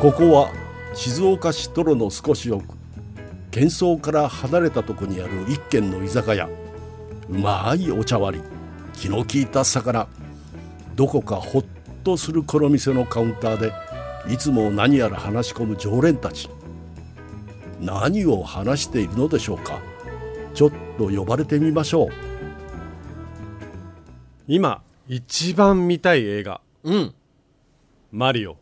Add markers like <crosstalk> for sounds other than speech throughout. ここは静岡市泥の少し奥喧騒から離れたとこにある一軒の居酒屋うまいお茶割り気の利いた魚どこかほっとするこの店のカウンターでいつも何やら話し込む常連たち何を話しているのでしょうかちょっと呼ばれてみましょう今一番見たい映画うん。 「マリオ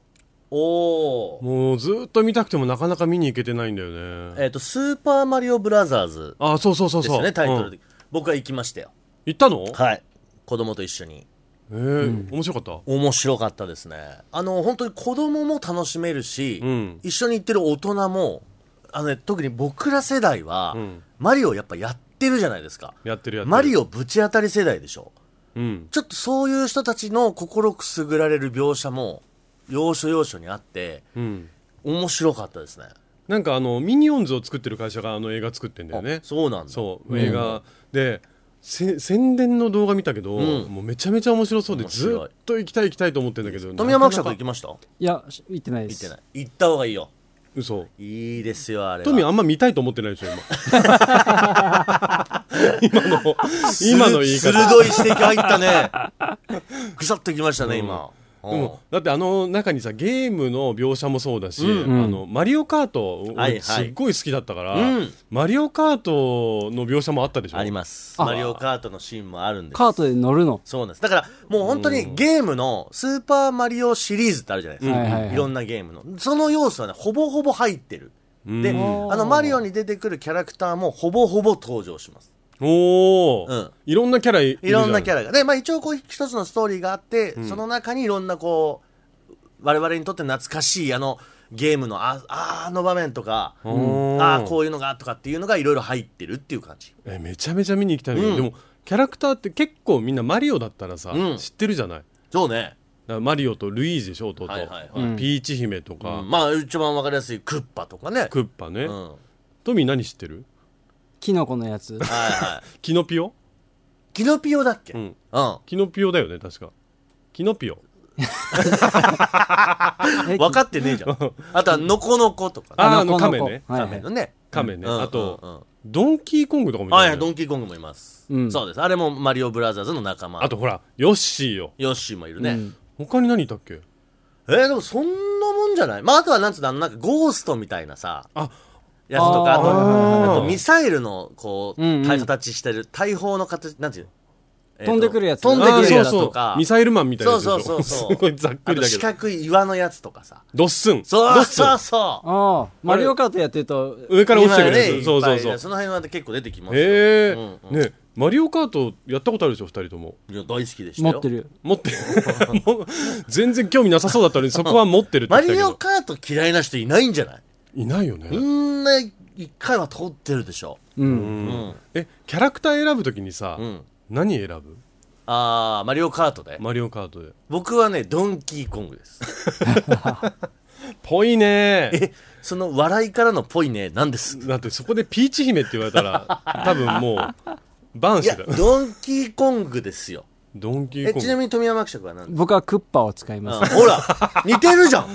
お」お。もうずっと見たくてもなかなか見に行けてないんだよねえっ、と、スーパーマリオブラザーズあそうそうそうですそうよね、タイトルうでん。僕は行きましたよ。行ったのはい。子供と一緒に。えー面白かった面白かったですね。あの、本当に子供も楽しめるし、うん一緒に行ってる大人も、あのね、特に僕ら世代は、うんマリオやっぱやってるじゃないですか。やってるやってるマリオぶち当たり世代でしょ。うんちょっとそういう人たちの心くすぐられる描写も、要所要所にあって、うん面白かったですね。なんかあのミニオンズを作ってる会社があの映画作ってんだよねあそうなんだ。そう映画、でせ宣伝の動画見たけど、うんもうめちゃめちゃ面白そうで面白いずっと行きたい行きたいと思ってんだけど富山学者となかな行かきました行いや、し行ってないでってす。ない。行った方がいいよ。嘘いいですよ、あれは。トミーあんま見たいと思ってないで <laughs> しょ今今の今の言い鋭方い指摘入ったね。ぐさっときましたね、今。でも <laughs> だってあの中にさゲームの描写もそうだし、んあのマリオカートはいは俺いすっごい好きだったから、うんマリオカートの描写もあったでしょあります。あマリオカートのシーンもあるんです。カートで乗るの。そうなんです。だから、もう本当にゲームのスーパーマリオシリーズってあるじゃないですか。はいはいはいろんなゲームの。その要素はね、ほぼほぼ入ってる。で、あんの、マリオに出てくるキャラクターもほぼほぼ登場します。おお、うんいろんなキャラいいろんなキャララが。で、まあ一応こう一つのストーリーがあって、その中にいろんなこう、我々にとって懐かしいあのゲームのあ、あーあの場面とか、ああーこういうのがとかっていうのがいろいろ入ってるっていう感じ。えめちゃめちゃ見に行きたいんだけど、うでんもキャラクターって結構みんなマリオだったらさ、うん知ってるじゃないだかそうね。らマリオとルイージでしょ弟、はいはいはいうんピーチ姫とか、うんまあ一番わかりやすいクッパとかね。クッパね、うん。はいトミー何知ってるキノコの <laughs> やつ。はい。キノピオ、キノピオだっけううん。ん、キノピオだよね確かキノピオえ分かってねえ <laughs> じゃん。あとはノコノコとかね。あーあのの亀ねはいカはメいの。ね。カメね、うんあと、うんうんドンキーコングとかもいたはいよねはい、ドンキーコングもいますう。んそうです。あれもマリオブラザーズの仲間あ。とほらヨッシーよヨッシーもいるうね。ん他に何いたっけえー、でもそんなもんじゃないまあ、あとはなんつうの、あのなんかゴーストみたいなさ、あやつとか、あと、あーあとミサイルの、こう、うんうん大形してる、大砲の形、なんていうの、えーと飛んでくるやつ飛んでくるやあーつそうそとうか、ミサイルマンみたいなやつでしょそうそうそうそうすごいざっくありとだけ四ど角い岩のやつとかさ。ドッスンドそうッスンそうそう。ああ、マリオカートやってると、上から落ちてくるやつ、今ねそうそういっぱいそねうその辺は結構出てきますよ。へえ、うんねマリオカートやったことあるでしょ二人ともいや大好きでした持よ。ってるよ。持って <laughs> もう全然興味なさそうだったのにそこは持ってるって言マってたけリどオカート嫌いな人いないんじゃないいないよね、みんな一回は通ってるでしょ。うん。うん。えキャラクター選ぶときにさ、うん。何選ぶあー、マリオカートで。マリオカートで僕はね、ドンキーコングです。ぽいねえその笑いからのぽいね、なんです。だってそこでピーチ姫って言われたら多分もうバンいしや、てたドンキーコングですよ。ドンキーえ、コンちなグみに富山伯爵は何です僕はクッパを使いかまあす。ほ <laughs> ら、似てるじゃん。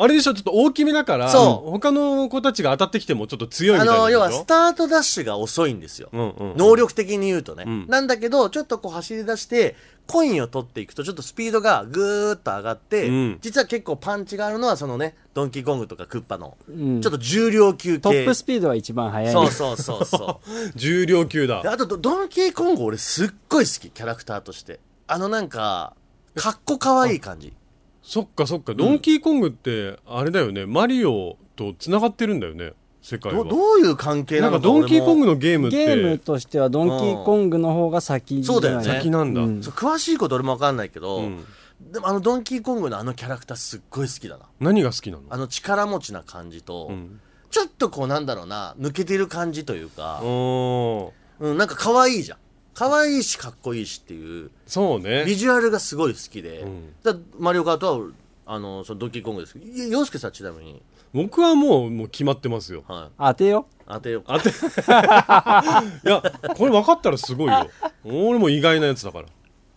あれでしょちょっと大きめだからそう他の子たちが当たってきてもちょっと強いあみたいなの、でし要ょはスタートダッシュが遅いんですよ。うんうん能力的に言うとね。んなんだけど、ちょっとこう走り出して、コインを取っていくと、ちょっとスピードがぐーっと上がって、うん実は結構パンチがあるのは、そのね、ドンキーコングとかクッパの、んちょっと重量級系。トップスピードは一番速い。そうそうそうそう。重量級だであとド、ドンキーコング俺すっごい好き、キャラクターとして。あのなんか、かっこかわいい感じ。そっかそっか、ドンキーコングって、あれだよね、マリオとつながってるんだよね、世界は。どどういう関係ななんのかかドンキーコングののゲームっゲームて、としてはドンキーコングの方が先じゃそうだよないね先なんだ。うんそう詳しいこと俺も分かんないけど、うんでもあのドンキーコングのあのキャラクターすっごい好きだな何が好きなのあの力持ちな感じと、んちょっとこうなんだろうな抜けてる感じというか、おーうん、なんか可愛いじゃん可愛いしかっこいいしっていうそうビね。ジュアルがすごい好きで、うんだマリオカートはあのそのドンキーコングですけどいや洋介さんちなみに、僕はもう、もう決まってますよ。は当てよ。い、当てようあて、いや、これ分かったらすごい <laughs> よ。俺も意外なやつだから。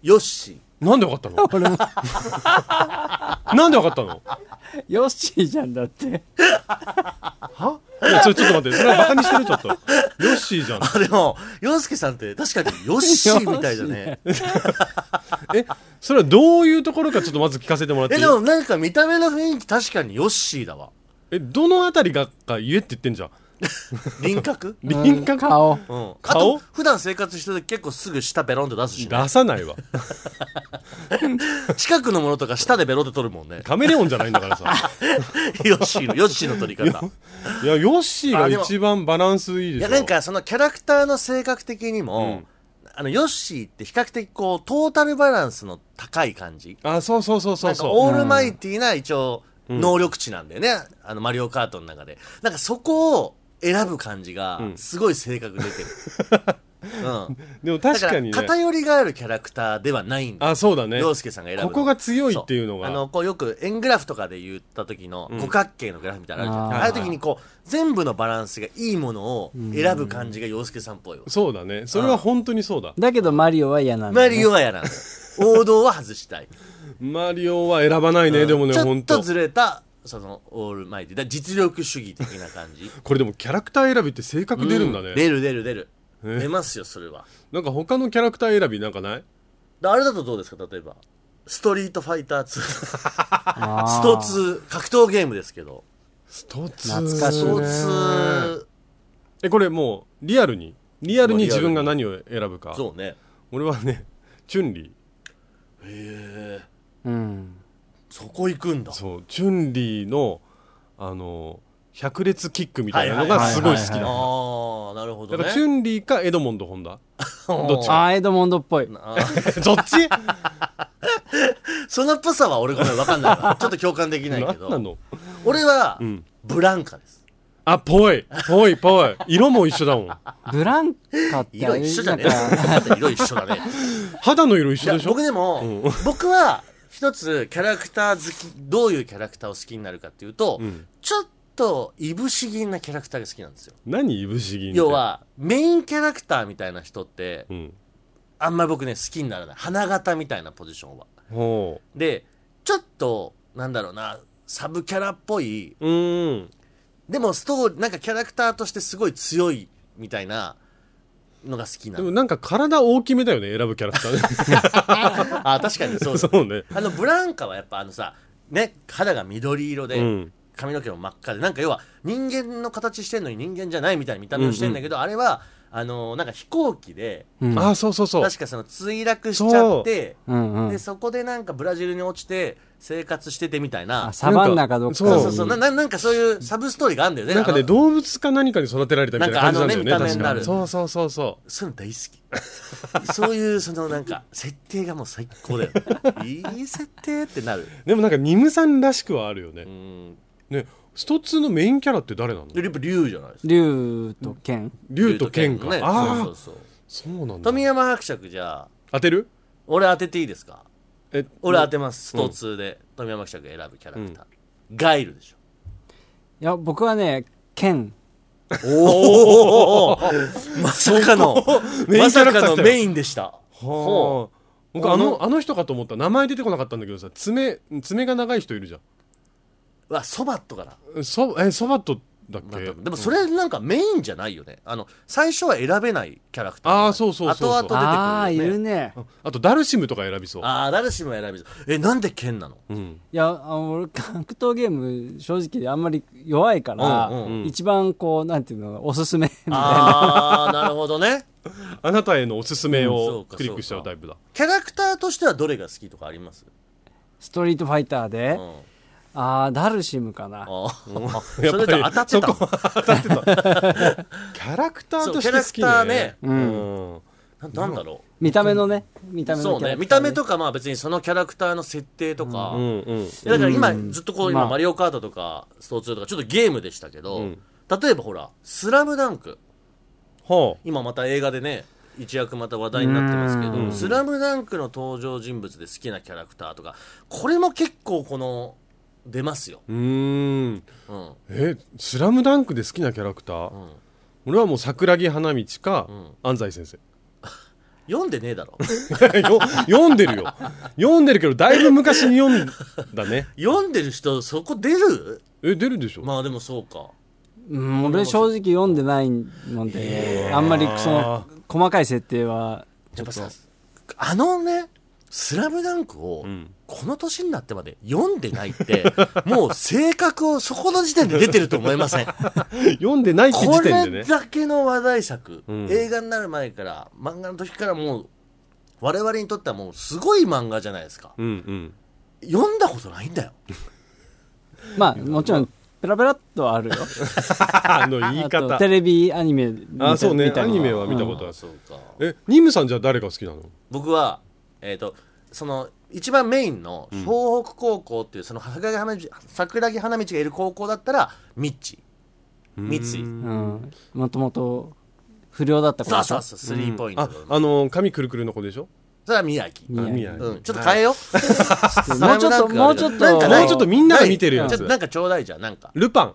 ヨッシー <laughs> なんで分かったのなんで分かったのヨッシーじゃんだ <laughs> っていやそれちょっと待ってそれはバカにしてるちょっとヨッシーじゃんあでも洋介さんって確かにヨッシ <laughs> ーみたいだねえそれはどういうところかちょっとまず聞かせてもらっていえいでもなんか見た目の雰囲気確かにヨッシーだわえどのあたりがか言えって言ってんじゃん輪 <laughs> 郭輪郭うん顔うん、あ顔と普段生活してて結構すぐ舌ベロンって出すし、ね、出さないわ近くのものとか舌でベロって取るもんね <laughs> カメレオンじゃないんだからさヨッシーのヨッシーの取り方いやヨッシーあがでも一番バランスいいでしょいやなんかそのキャラクターの性格的にも、あのヨッシーって比較的こうトータルバランスの高い感じあそうそうそうそうそうなんかオールマイティーな一応能力値なんだよね、あのマリオカートの中でなんかそこを選ぶ感じがうんすごい性格出てる、 <laughs> うんでも確かにだからね偏りがあるキャラクターではないんだよあそうだね洋介さんが選ぶのここが強いっていうのがそあのこうよく円グラフとかで言った時のうん五角形のグラフみたいなのあるじゃん、あーああいう時にこう全部のバランスがいいものを選ぶ感じが洋介さんっぽいわそうだねそれは本当にそうだだけどマリオは嫌なんだ、ね、マリオはやらん王道は外したい、マリオは選ばない <laughs> ねでもねちょ本っと当ずれたそのオールマイティだ実力主義的な感じこれでもキャラクター選びって性格出るんだうね出る出る出るえ出ますよそれはなんか他のキャラクター選びなんかないだあれだとどうですか例えばストリートファイター2スあート2格闘ゲームですけどストツ懐スかトしいね2えこれもうリアルにリアルに自分が何を選ぶかそうね俺はねチュンリへえうんそこ行くんだーそうチュンリーのあの百列キックみたいなのはがいはいすはいごいはい好きだだああなるほかどねらチュンリーかエドモンド・ホン <laughs> ダどっちあーエドモンドっぽいどっちそのっぽさは俺ごめん分かんないわ <laughs> ちょっと共感できないけ何などの俺はんブランカですあぽいぽいぽい色も一緒だもんブランカってあ色れ一緒じなゃんねかえ色一緒だね肌の <laughs> 色一い緒やでしょ僕でも僕は一つキャラクター好きどういうキャラクターを好きになるかっていうとうんちょっといぶし銀なキャラクターが好きなんですよ何いぶし銀って要はメインキャラクターみたいな人ってうんあんまり僕ね好きにならない花形みたいなポジションはほでちょっとなんだろうなサブキャラっぽいううーんでもストーリーなんかキャラクターとしてすごい強いみたいなのが好きなでものなんか体大きめだよね選ぶキャラクターねあ確かに <laughs> そうだ <laughs> そうねあのブランカはやっぱあのさね肌が緑色で、うん髪の毛も真っ赤でなんか要は人間の形してんのに人間じゃないみたいな見た目をしてんだけど、あれはあのなんか飛行機でうんあそうそうそう確かその墜落しちゃってうんうんでそこでなんかブラジルに落ちて生活しててみたいなあサバンナかどっかなんかそうそうそうなななんかそういうサブストーリーがあるんだよねなんかあねの動物か何かに育てられたみたいな感じなんだよねなんかあのね見た目にな確るかそうそうそうそそういうの大好き <laughs> そういうそのなんか設定がもう最高だよいい設定ってなるうでもなんかニムさんらしくはあるよねうんねスト2のメインキャラって誰なのやっぱ竜じゃないですか竜と剣竜と剣か竜とねああそうそうそうそうなんだ富山伯爵じゃあ当てる俺当てていいですかえ俺当てますスト2で富山伯爵が選ぶキャラクターガイルでしょいや僕はね剣おお <laughs> まさかのメインまさキャラクタかー来たよのメインでしたはあ僕あのあのあの人かと思った名前出てこなかったんだけどさ爪爪が長い人いるじゃうわそばっとかなんそえソバットだっけ、でもそれなんかメインじゃないよねあの最初は選べないキャラクターあーそうそうそうそう後々ああ出てーいくるよるねねあとダルシムとか選びそうああ誰しも選びそうえなんで剣なのうんいやあの俺格闘ゲーム正直あんまり弱いから、うんうんうん一番こうなんていうのおすすめみたいな <laughs> ああなるほどねあなたへのおすすめうんそうをかクリックしちゃうタイプだ、キャラクターとしてはどれが好きとかありますストリートファイターで、うんああダルシムかなあーそ <laughs> やっぱりれじゃ当たってたもんそこ当たってたキャラクターそうとキしてャ好ラクきタねーうねん、ななんだろ見た目のね見たう目そのうキャねラク見タたーね目とかまあ別にそのキャラクターの設定とかうんうんいやだから今うんずっとこうま今あマリオカートとかスト2とかちょっとゲームでしたけうどん例えばほら「スラムダンクはあ今また映画でね一躍また話題になってますけうど「んスラムダンクの登場人物で好きなキャラクターとかこれも結構この出ますよ、うーんうんえスラムダンクで好きなキャラクター、うん、俺はもう桜木花道か、ん安西先生読んでねえだ <laughs> ろ <laughs> よ読んでるよ読んでるけどだいぶ昔に読んだね読んでる人そこ出るえ出るでしょ、まあでもそうかうん、俺正直読んでないので、あんまりその、細かい設定は、ちやょっっぱさとあのね「スラムダンクをんこの年になってまで読んでないって、 <laughs> もう性格をそこの時点で出てると思いま <laughs> せん読んでないってこ時点れでねだけの話題作、うん映画になる前から漫画の時からもう我々にとってはもうすごい漫画じゃないですかうんうん読んだことないんだよまあ、もちろん、ペラペラっとはあるよ。あの言い <laughs> あ方とテレビアニメみたあそうねみたアいなニメは見たことあある、そうかえニムさんじゃあ誰が好きなの僕はえっ、とその一番メインの東北高校っていうその桜木花道桜木花道がいる高校だったらミッチ三井うん、もともと不良だった子そうでしそょうそうスリーポイントあの、あの髪くるくるの子でしょそれは宮城宮宮城うん、ちょっと変えよう、もうちょっともうちょっとなんかもうちょっとみんなが見てるやつちょっとなんかちょうだいじゃんなんかルパン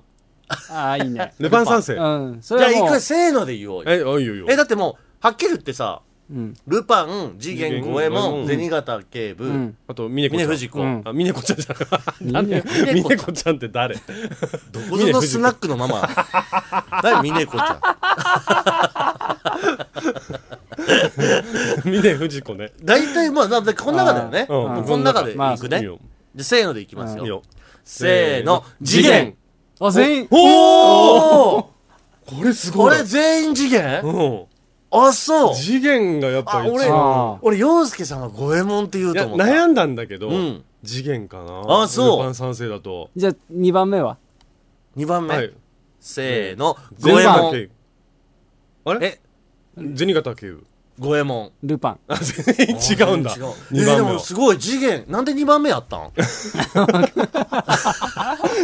ああいいね <laughs> ルパン三世うんそじゃあれ一はもう回せーので言おうよえあいいよいいよえだってもうはっきり言ってさうんルパン次元五右衛う門ん銭形警部、うんあと峰子ち峰ゃん不二子、うんあ峰子ちゃんじゃなんで峰子ちゃん峰子ちゃんって <laughs> 誰どこぞのスナックのママ誰峰子ちゃん峰不二子ね大体まあだってこの中だよね、うんもうこの中でいまあくね、いいよでせーのでいきますよ、いいよせーの次次元元あ全員おおこれすこごいれ全員次元、うんあそう次元がやっぱあ一俺番あー俺洋介さんは五右衛門って言ういとや思った悩んだんだけど、うん次元かなあそうルパン三世だとじゃあ2番目は2番目、はいせーの五全右衛裸門警部あれえ銭形警部五右衛門ルパンあ全員違うんだ <laughs> 違うえ二ーで番目もはすごい次元なんで2番目やったん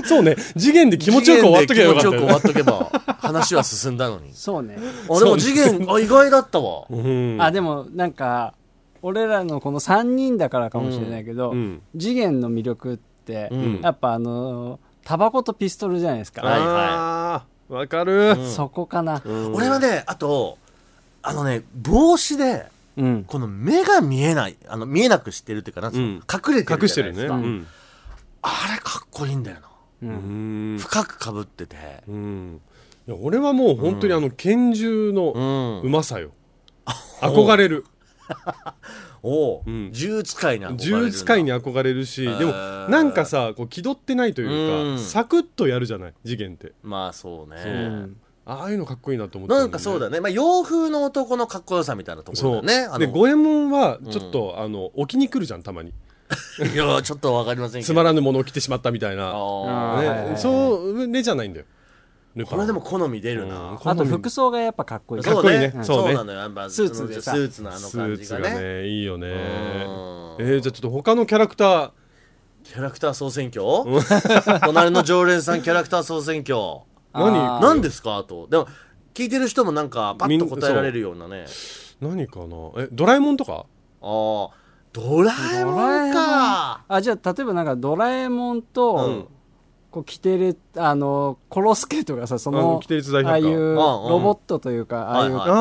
そうね次元で <laughs> 気持ちよく終わっときゃよかった次よね元で気持ちよく終わっとけば話は進んだ <laughs> のにそうねあでも次元あ意外だったわうんあでもなんか俺らのこの3人だからかもしれないけど、うん次元の魅力って、んやっぱあのータバコとピストルじゃないですか、はいはいあーわかる、そこかな俺はねあとあのね帽子でうん、この目が見えないあの見えなくしてるっていうかなんつうの、うん隠れてる隠してじゃないるでねすうかんあれかっこいいんだよなうん深くかぶっててうんいや俺はもう本当にあの拳銃うのんうまさよ、憧れるおう、ん銃使いに憧れるな銃使いに憧れるしでもーなんかさこう気取ってないというか、うんサクッとやるじゃない次元ってまあそうねうんああいうのかっこいいなと思ってなんかそうだね、まあ、洋風の男のかっこよさみたいなとこそろうだよねあでの五右衛門はちょっと、あの置きに来るじゃんたまにいやちょっとわかりませんけどつまらぬものを着てしまったみたいな、あーあーねはいはいはいそうねじゃないんだよルパこンれでも好み出るな、あと服装がやっぱかっこいいかっそうこいいねねそそううねなのよやっぱスーツでスさーツのあのス感ーじツががねねいいよねうえー、じゃあちょっと他のキャラクターキャラクター総選 <laughs> 挙隣の常連さんキャラクター総選挙あー何何ですかあとでも聞いてる人もなんかパッと答えられるようなね何かなえドラえもんとかああドラえもんかあじゃあ例えばなんかドラえもんと、うんこう着てるあのコロスケとかさそあののキテレツ大百科ああいうロボットというか、ああいう、はいあ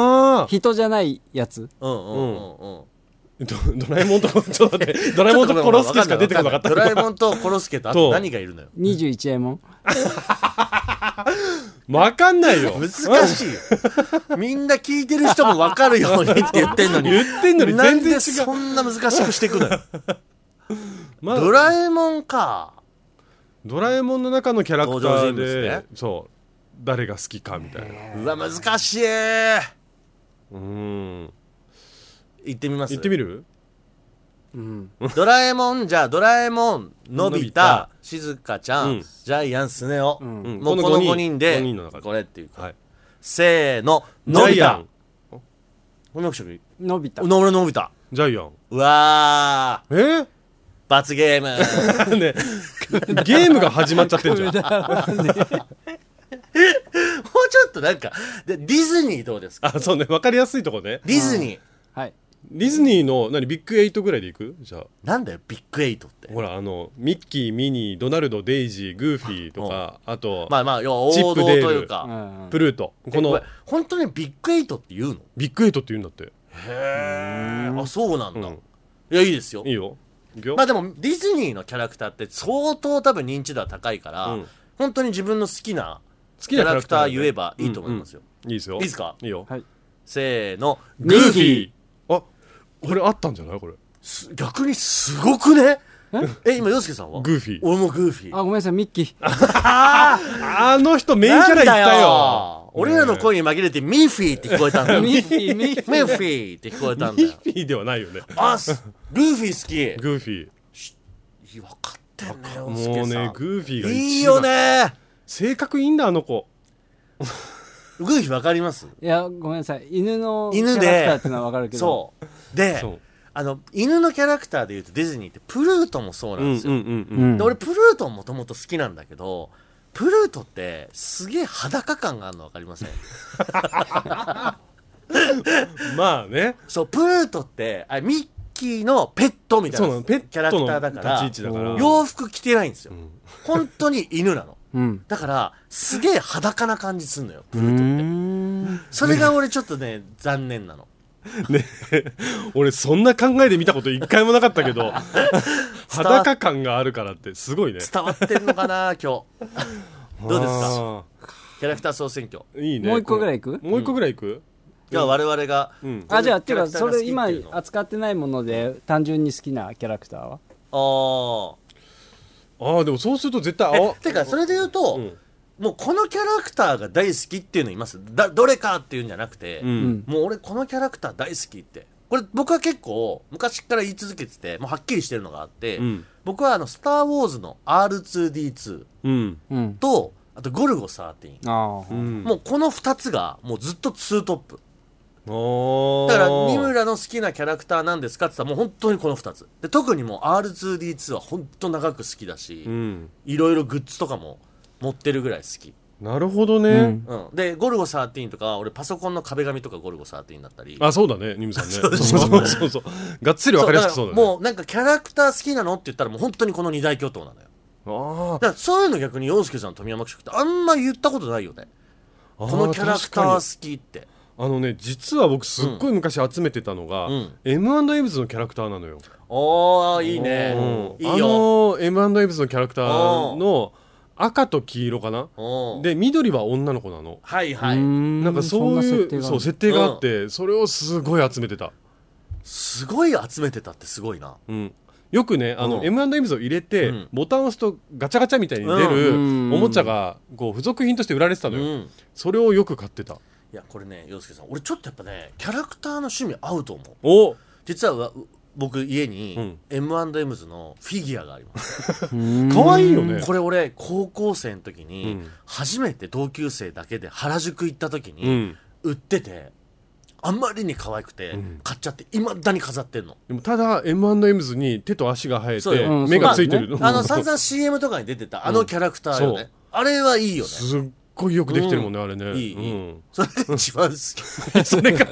あ人じゃないやつうんうんうんうんドドラえもんとちょっと待ってドラえもんとコロスケしか出てこなかったドラえもんとコロスケとあとそう何がいるのよ21円もんわかんないよ <laughs> 難しいよみんな聞いてる人も分かるようにって言ってんのに言ってんのにな全ん然違でうそんな難しくしていくのよ <laughs> まあドラえもんかドラえもんの中のキャラクタ登場ー人物ねでそう誰が好きかみたいなうわ難しい行うんってみます行ってみるうんドラえもんじゃあドラえもんのび太静香ちゃん、うんジャイアンスネ夫、んうんもうここのの5五人人で五人の中でこれっていうかはいせーのジのャびイア太ン翻訳者がいいのび太うの俺のび太ジャイアンうわーえー罰ゲームね、ゲームが始まっちゃってんじゃん。もうちょっとなんかでディズニーどうですかあ、そうね、わかりやすいとこね。ディズニーはいディズニーの、何、ビッグエイトぐらいでいくじゃあ、なんだよビッグエイトってほら、あの、ミッキー、ミニー、ドナルド、デイジー、グーフィーとか、あと、まあまあ要はチ王ッ道プとデールいううかんプルート。ここのれ、本当にビッグエイトって言うのビッグエイトって言うんだって。へえあそうなんだ、うんいやいいですよいいよいくよまあでもディズニーのキャラクターって相当多分認知度は高いから、うん本当に自分の好きな好キャラクター言えばいいと思いますよ、うんうんいいですよいいですかいいよはいせーのググーーフフィィーあこれあったんじゃないこれす逆にすごくねえ今洋介さんはグーフィー俺もグーフィーあごめんなさいミッキーあの人メインキャラいったなんだよ俺らの声に紛れてミッフィーって聞こえたんだよミミッフィーミッフィッフィーって聞こえたんだミッよフィーではないよねあすグーフィー好グーフィーき分かってんね洋介もうさんねグーフィーが一番いいよね性格いいんだあの子グーフィー分かりますーいやごめんなさい犬のキャ犬でラクターってのはわかるけどそうでそうあの犬のキャラクターでいうとディズニーってプルートもそうなんですよ、んんで俺プルートもともと好きなんだけどプルートってすげえ裸感があるの分かりませんまあねそうプルートってあミッキーのペットみたいそうななのペッキャラクトタのーだから立ち位置だから洋服着てないんですよ、本当に犬なのうんだからすげえ裸な感じすんのようーんそれが俺ちょっとね残念なのね俺そんな考えで見たこと一回もなかったけ <laughs> ど裸感があるからってすごいね伝わってんのかな <laughs> 今日どうですかかキャラクター総選挙いいねもう一個ぐらいいくもう一個ぐらいいくじゃあ我々が、うんあじゃあてキャかラクターそが好きっれていうの今扱ってないもので単純に好きなキャラクターはあああでもそうすると絶対ああてかそれで言うと、んもうこのキャラクターが大好きっていうのいますだどれかっていうんじゃなくて、うんもう俺このキャラクター大好きってこれ僕は結構昔から言い続けててもうはっきりしてるのがあって、うん僕はあの「スター・ウォーズ」の R2D2 うんうんとあと「ゴルゴ13」ああうんもうこの2つがもうずっとツートップあだから二三村の好きなキャラクターなんですかって言ったらもう本当にこの2つで特にもう R2D2 は本当長く好きだし、うんいろいろグッズとかも持ってるぐらい好き、なるほどね、うんうん、で「ゴルゴ13」とかは俺パソコンの壁紙とか「ゴルゴ13」だったりあそうだねニムさん <laughs> ねそうそうそうそうがっつり分かりやすくそうだねからもうなんかキャラクター好きなのって言ったらもう本当にこの二大巨頭なのよあだからそういうの逆に洋介さん富山記者ってあんま言ったことないよねここのキャラクター好きってあのね実は僕すっごい昔集めてたのが、うん M&M's のキャラクターなのよ、おーいいねうんいいあよの M&M's のキャラクターの赤と黄色かなうんで緑は女の子なのはいはうーいなんかそういんな設う定があるそう設定があって、それをすごい集めてた、すごい集めてたってすごいなうん、よくねあの、うん M&M's を入れて、うんボタンを押すとガチャガチャみたいに出る、うんおもちゃがこう付属品として売られてたうのよ、んそれをよく買ってたいやこれね洋介さん俺ちょっとやっぱねキャラクターの趣味合うと思うお実はわ僕家うにん M&M's のフィギュアがあります、 <laughs> 可愛いよねこれ俺高校生の時うにん初めて同級生だけで原宿行った時うにん売っててあんまりに可愛くてん買っちゃっていまだに飾ってんのでもただ M&M's に手と足が生えそうてようん目がついてるそうの、だあの散々 CM とかに出てたあのキャラクターようんそうねあれはいいよ <laughs> ねすっごいよくできてるもんね、あれねいいいい <laughs> うんそれが一番好きそれがや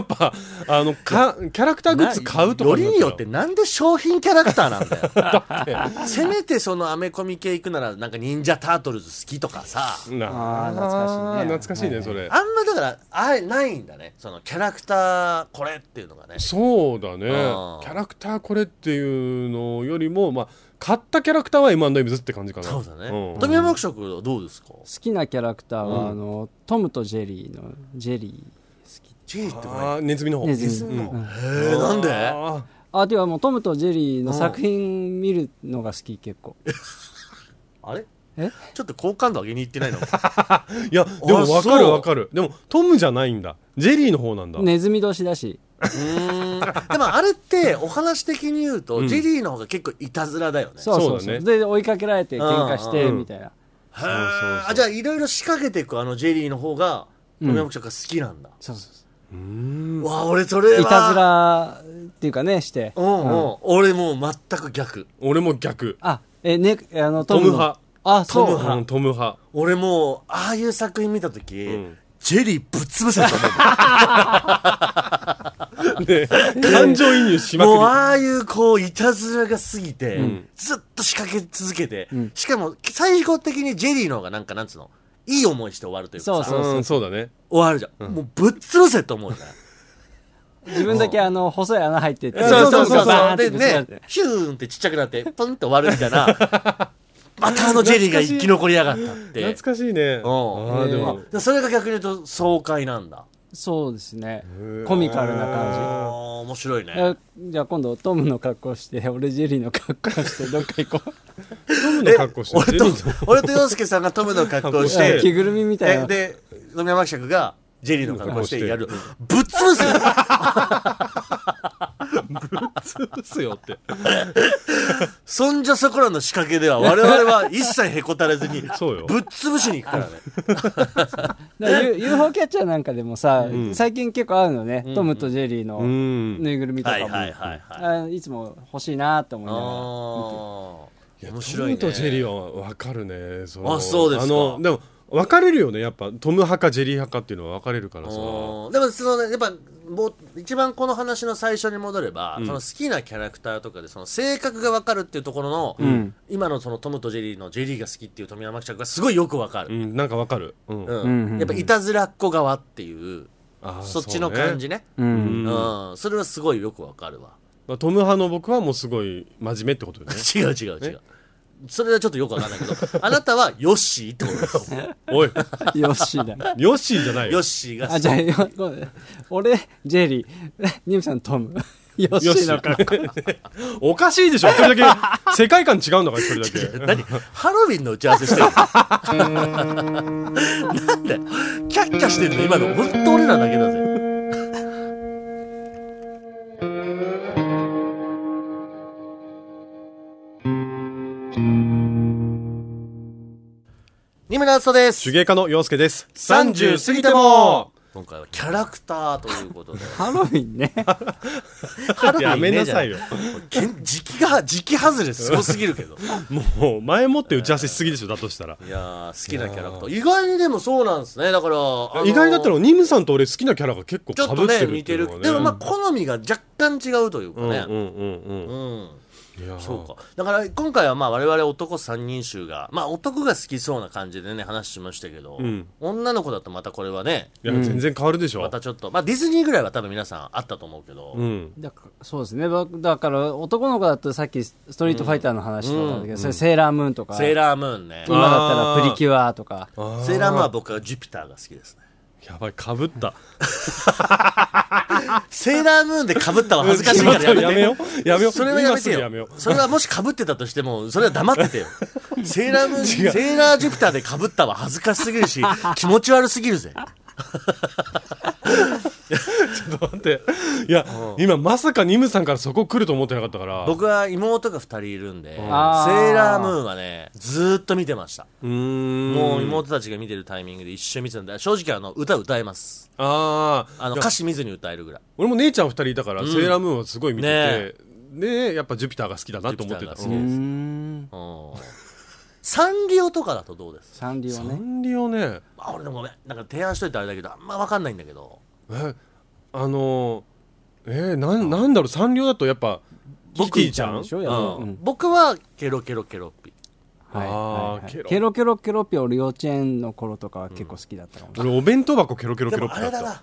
っぱあのかキャラクターグッズ買うとかよりによっなてっなんで商品キャラクターなんだ <laughs> よちゃうねせめてそのアメコミ系行くならなんか忍者タートルズ好きとかさなあー懐かしいね懐かしいねそれあんまだからあれないんだねそのキャラクターこれっていうのがねそうだねキあーャラクターこれっていうのよりもまあ買ったキャラクターは M&M's って感じかなそうだね、ん富山学食はどうですか好きなキャラクターは、うんあのトムとジェリーのジェリジェリーってあーネズミのー方ネミズうミ、んうんえー、なんでああではもうトムとジェリーの作品見るのが好き結構あれえちょっと好感度上げに行って <laughs> ないのーいやでも分かあそるう分かるでもトムじゃないんだジェリーの方なんだネズミ年だしうんでもあれってお話的に言うと、うんジェリーの方が結構いたずらだよねそうそうそそううだねで追いかけられて喧嘩しうんてうんみたいな、へーあじゃあいろいろ仕掛けていくあのジェリーの方が富山学食が好きなんだ、そうそうそううーんわあ俺それはいたずらっていうかねして、うんうん、俺もう全く逆俺も逆あえねあのトトムムの派あそうトム派うんトム派俺もうああいう作品見た時、んジェリーぶっ潰せたと思うで感情移入しまもうくああいうこういたずらが過ぎて、んずっと仕掛け続けて、んしかも最後的にジェリーの方がなんかなんつうのいい思いして終わるというかさそうりうんそうだね終わるじゃん、もうぶっ潰せと思うじゃん自分だけあの、細い穴入ってって。そうそうそうバーンそっう。でてぶつかっねて、ヒューンってちっちゃくなって、ポンって終わるみたいな。またあのジェリーが生き残りやがったって。懐かしいね。あーでも。でそれが逆に言うと爽快なんだ。そうですね。コミカルな感あー面白いね。じ。あじゃあ今度トムの格好して、俺ジェリーの格好してどっか行こトムの格好して俺ると、俺と洋介さんがトムの格好をう。し <laughs> ええあて、着ぐるみみたいえな。で、野宮真紀爵がジェリーの格好をしてやる。ぶっ潰すすよって。そんじょそこらの仕掛けでは我々は一切へこたれずに、ぶっ <laughs> そうよ潰しに行くからね。だから U- UFO キャッチャーなんかでもさ、最近結構合うのね、トムとジェリーうのん。ぬいぐるみとかはいも、はいはいはい。あいつも欲しいなと思いながあー面ト白いね。ムとジェリーはわかるね。そのあそうですかあの、でも、分かれるよね。やっぱ、トム派かジェリー派かっていうのは分かれるからさ。うんでもその、ね、やっぱもう一番この話の最初に戻れば、その好きなキャラクターとかでその性格が分かるっていうところの、今のそのトムとジェリーのジェリーが好きっていう富山記者がすごいよく分かうる、ん、なんか分かる。うん。うんんうんやっぱいたずらっ子側っていうあーそっちの感じ。ねそら、ううんねうんうんそれはすごいよく分かるわまあトム派の僕はもうすごい真面目ってことよね。違う違う違うそれはちょっとよく分かんないけどあなたはヨッシーってことですおい、よしだ。ヨッシーじゃないヨよッ。シーがあ、じゃあ、よごめん俺、ジェリー、ニムさん、トム。よよししの格好。 <laughs> おかしいでしょ、一人だけ。世界観違うんだから、一人だけ。何ハロウィンの打ち合わせしてるなんだよキャッキャしてるの今の本当俺らだけだぜ二村敦人です手芸家の洋介です。 30過ぎても今回はキャラクターということでハロウィンね。ハロ <laughs> ウやィンねめなさいよ。じゃないけん時期が時期外れすごすぎるけどもう、前もって打ち合わせしすぎでしょ、だとしたら。いやー好きなキャラクター意外にでもそうなんですねだから、あのー意外だったの、ニムさんと俺好きなキャラが結構ちょっ被とっねてる似ってていうるのがね。でもまあ好みが若干違うというかうんねうんうんうう、んん。いやーそうかだから今回はまあ我々男三人衆がまあ男が好きそうな感じでね話しましたけど、ん女の子だとまたこれはねいや、全然変わるでしまょ。たちょっとまあディズニーぐらいは多分皆さんあったと思うけど、うん。だからそうですね。ばだから、男の子だとさっき、ストリートファイターの話とかだけど、それセーラームーンとか、セーラームーンね今だったらプリキュアとか。セーラームーンは僕はジュピターが好きですねやばい、被った。 <laughs> セーラームーンで被ったは恥ずかしいから <laughs> やめてやめよう。 <laughs> やめよう。それはや今めてすぐやめよよ。それはもし被ってたとしても、それは黙って <laughs> てよ。セーラームーン、セーラージュピターで被ったは恥ずかしすぎ <laughs> るし、気持ち悪すぎるぜ。う。ちょっと待って。いや、今まさかニムさんからそこ来ると思ってなかったから。僕は妹が二人いるんで、セーあーラームーンはね、ずーっと見てました。うーん。もう妹たちが見てるタイミングで一緒に見てたんで、正直あの、歌歌えます。ああ。あの、歌詞見ずに歌えるぐらい。俺も姉ちゃん二人いたから、セーラームーンはすごい見てて、で、やっぱジュピターが好きだなと思ってた。ジュピターが好きうでんうーん。うんサンリオとかだとどうですサンリオサね。ンリオね、あ、俺でもごめん。なんか提案しといてあれだけど、あんまわかんないんだけど。え、あのー、えー、なん、なんだろう、サンリオだとやっぱ、キティちゃんでしょうやるのうんん。僕は、ケロケロケロッピ。はいあーはいはいケロケロケロケロピオ、俺幼稚園の頃とかは結構好きだったかもしれない。俺お弁当箱ケロケロでケロっもてあだれっだ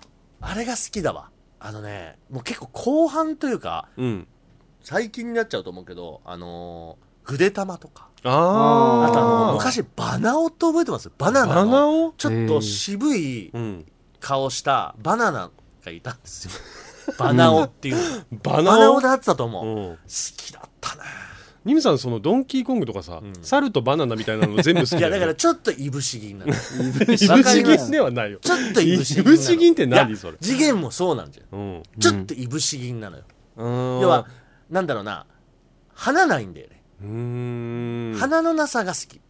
た。なあれが好きだわあのねもう結構後半というかうん。最近になっちゃうと思うけどあのーぐでたまとかあーああとあのー昔バナオって覚えてますバナバナナのオちょっと渋いうん。顔したバナナがいたんです <laughs> よバナオっていうババナナオオだったと思う、好うん。きだったなニムさん、そのドンキーコングとかさ、猿とバナナみたいなの全部好きいだやよだからね。ちょっといぶし銀なのち <laughs> いぶし銀ではないよ。ょっといぶし銀いぶし銀ってなの何それいや次元もそうなんじゃんうん。ちょっといぶし銀なのよ、要要は、なんだろうな花ないんだよねうーん。花のなさが好き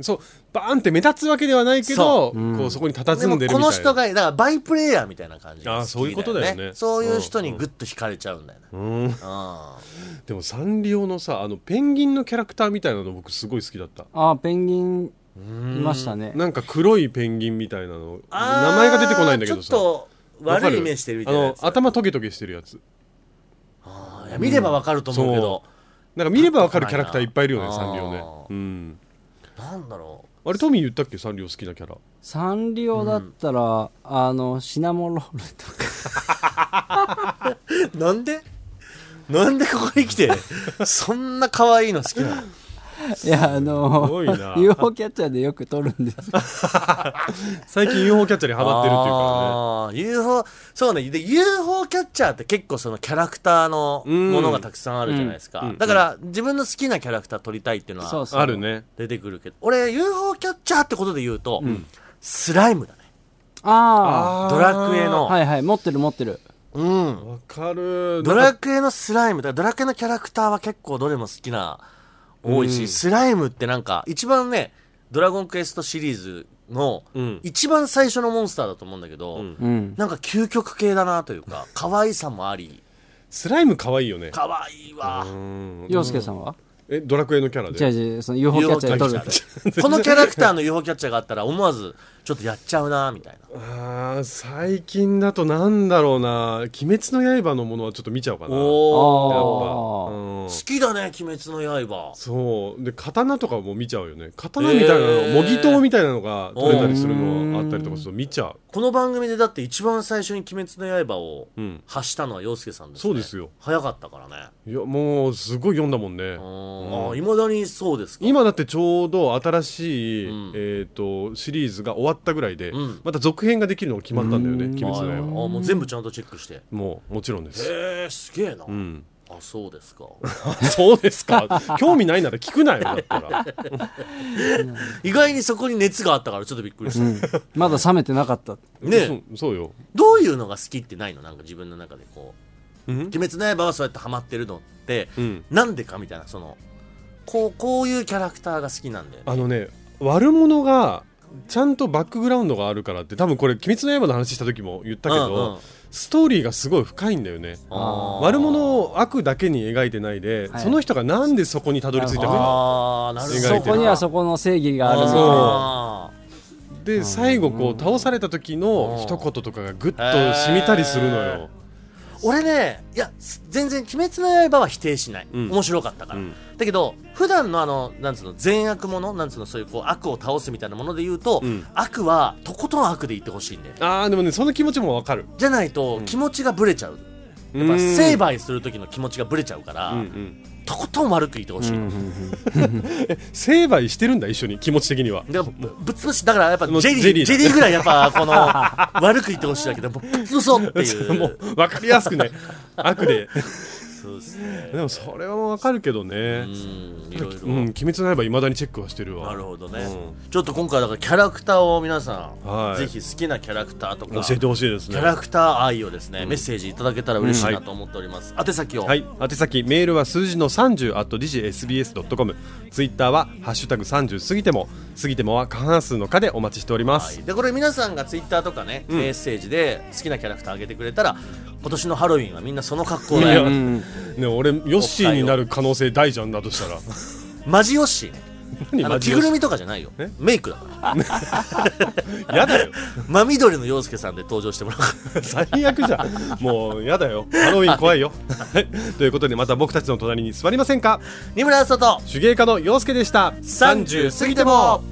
そう、バーンって目立つわけではないけど、そううんこう、そこに佇でんもでるみたいな。この人がだからバイプレイヤーみたいな感じが好きあーそういうことだよねそういう人にグッと惹かれちゃうんだよね、うん。あでもサンリオのさあのペンギンのキャラクターみたいなの僕すごい好きだったああ、ペンギン、いましたね。なんか黒いペンギンみたいなのあ名前が出てこないんだけどさちょっとわか悪るい目してるみたいなやつあの頭トゲトゲしてるやつあーいや見ればわかると思うけど、なんか見ればわかるキャラクターいっぱいいるよねあーサンリオねうんなんだろうあれトミー言ったっけサンリオ好きなキャラサンリオだったら、あのシナモロールとかなんでなんでここに来 <laughs> てそんな可愛いの好きなのいやあのごい <laughs> な UFO キャッチャーでよく撮るん <laughs> ですけど最近 UFO キャッチャーにハマってるっていうかあー UFO そうねで UFO キャッチャーって結構そのキャラクターのものがたくさんあるじゃないですか、うんうんだから自分の好きなキャラクター撮りたいっていうのそうはそうらねあるね出てくるけど俺 UFO キャッチャーってことで言うと、スライムだねあドラクエあの、はいはい持ってる持ってるうんわかるなドんラかクエのスライムだからドラクエのキャラクターは結構どれも好きな多いし、スライムってなんか一番ねドラゴンクエストシリーズのうん一番最初のモンスターだと思うんだけど、んうんなんか究極系だなというか可愛さもありスライム可愛いよね可愛いわうん洋介さんはえドラクエのキャラ違うで違うその UFO キャッチャーで撮る UFO このキャラクターの UFO キャッチャーがあったら思わずちょっとやっちゃうなみたいなあー最近だとなんだろうな「鬼滅の刃」のものはちょっと見ちゃうかなやっぱおうーん好きだね「鬼滅の刃」そうで刀とかも見ちゃうよね刀みたいなの、へー模擬刀みたいなのが取れたりするのあったりとかすると見ちゃう、この番組でだって一番最初に「鬼滅の刃」をうん、発したのは陽介さんですねそうですよ早かったからねいやもうすごい読んだもんねいまだにそうですか今だってちょうど新しい、うんえー、とシリーズが終わったぐらいで、うんまた続編ができるのが決まったんだよね「鬼あ滅ーの刃あーもう全部ちゃんとチェックしてへ」もうもちろんですえすげえな、うん、あそうですか <laughs> そうですか <laughs> 興味ないなら聞くなよだったら意外にそこに熱があったからちょっとびっくりした、まだ冷めてなかったねそうそうよどういうのが好きってないのなんか自分の中でこう「うん鬼滅の刃」はそうやってハマってるのって、うんなんでかみたいなそのこうこういうキャラクターが好きなんだよねあのね悪者がちゃんとバックグラウンドがあるからって多分これ「鬼滅の刃」の話した時も言ったけど、うんうんストーリーがすごい深いんだよねあー悪者を悪だけに描いてないで、はいその人がなんでそこにたどり着いたかあーなるほど描そいてこにはそこの正義があるみたいなあーで最後こう倒された時のうん一言とかがグッと染みたりするのよ、俺ねいやす全然「鬼滅の刃」は否定しない、うん面白かったから、うんだけど普段のあのなんつうの善悪ものなんつうのそういうこう悪を倒すみたいなもので言うと、うん悪はとことん悪で言ってほしいんだよあーでもねその気持ちもわかるじゃないと気持ちがブレちゃう、やっやっぱ成敗する時の気持ちがブレちゃうから、うんうん、とことん悪く言ってほしい、成敗してるんだ一緒に気持ち的にはでぶぶっ潰しだからやっぱジもうェリージジェェリリーーだぐらいやっぱこの <laughs> 悪く言ってほしいだけどもうぶっ潰そうってい <laughs> もうう分かりやすくね悪でそうですねでもそれはわかるけどねうんいろいろ、うん「鬼滅の刃」いまだにチェックはしてるわなるほどね、うちょっと今回だからキャラクターを皆さん、はいぜひ好きなキャラクターとか教えてほしいですキねャラクター愛をですね、メッセージいただけたら嬉しいなと思っております、宛先を、はい、宛先メールは数字の30 at digsbs.com ツイッターは「ハッシュタグ #30 過ぎても」過ぎてもは過半数の課でお待ちしておりまはす、いでこれ皆さんがツイッターとかね、メッセージで好きなキャラクターあげてくれたら今年のハロウィンはみんなその格好いでやね俺ヨッシーになる可能性大じゃんだとしたらマジヨッシーね何あマのジ着ヨッぐシるみとかじゃないよえメイクだからーやだよ <laughs> 真緑の陽介さんで登場してもらう最悪じゃんもうやだよハロウィン怖いよはいということでまた僕たちの隣に座りませんか二村あさと手芸家の陽介でした30過ぎても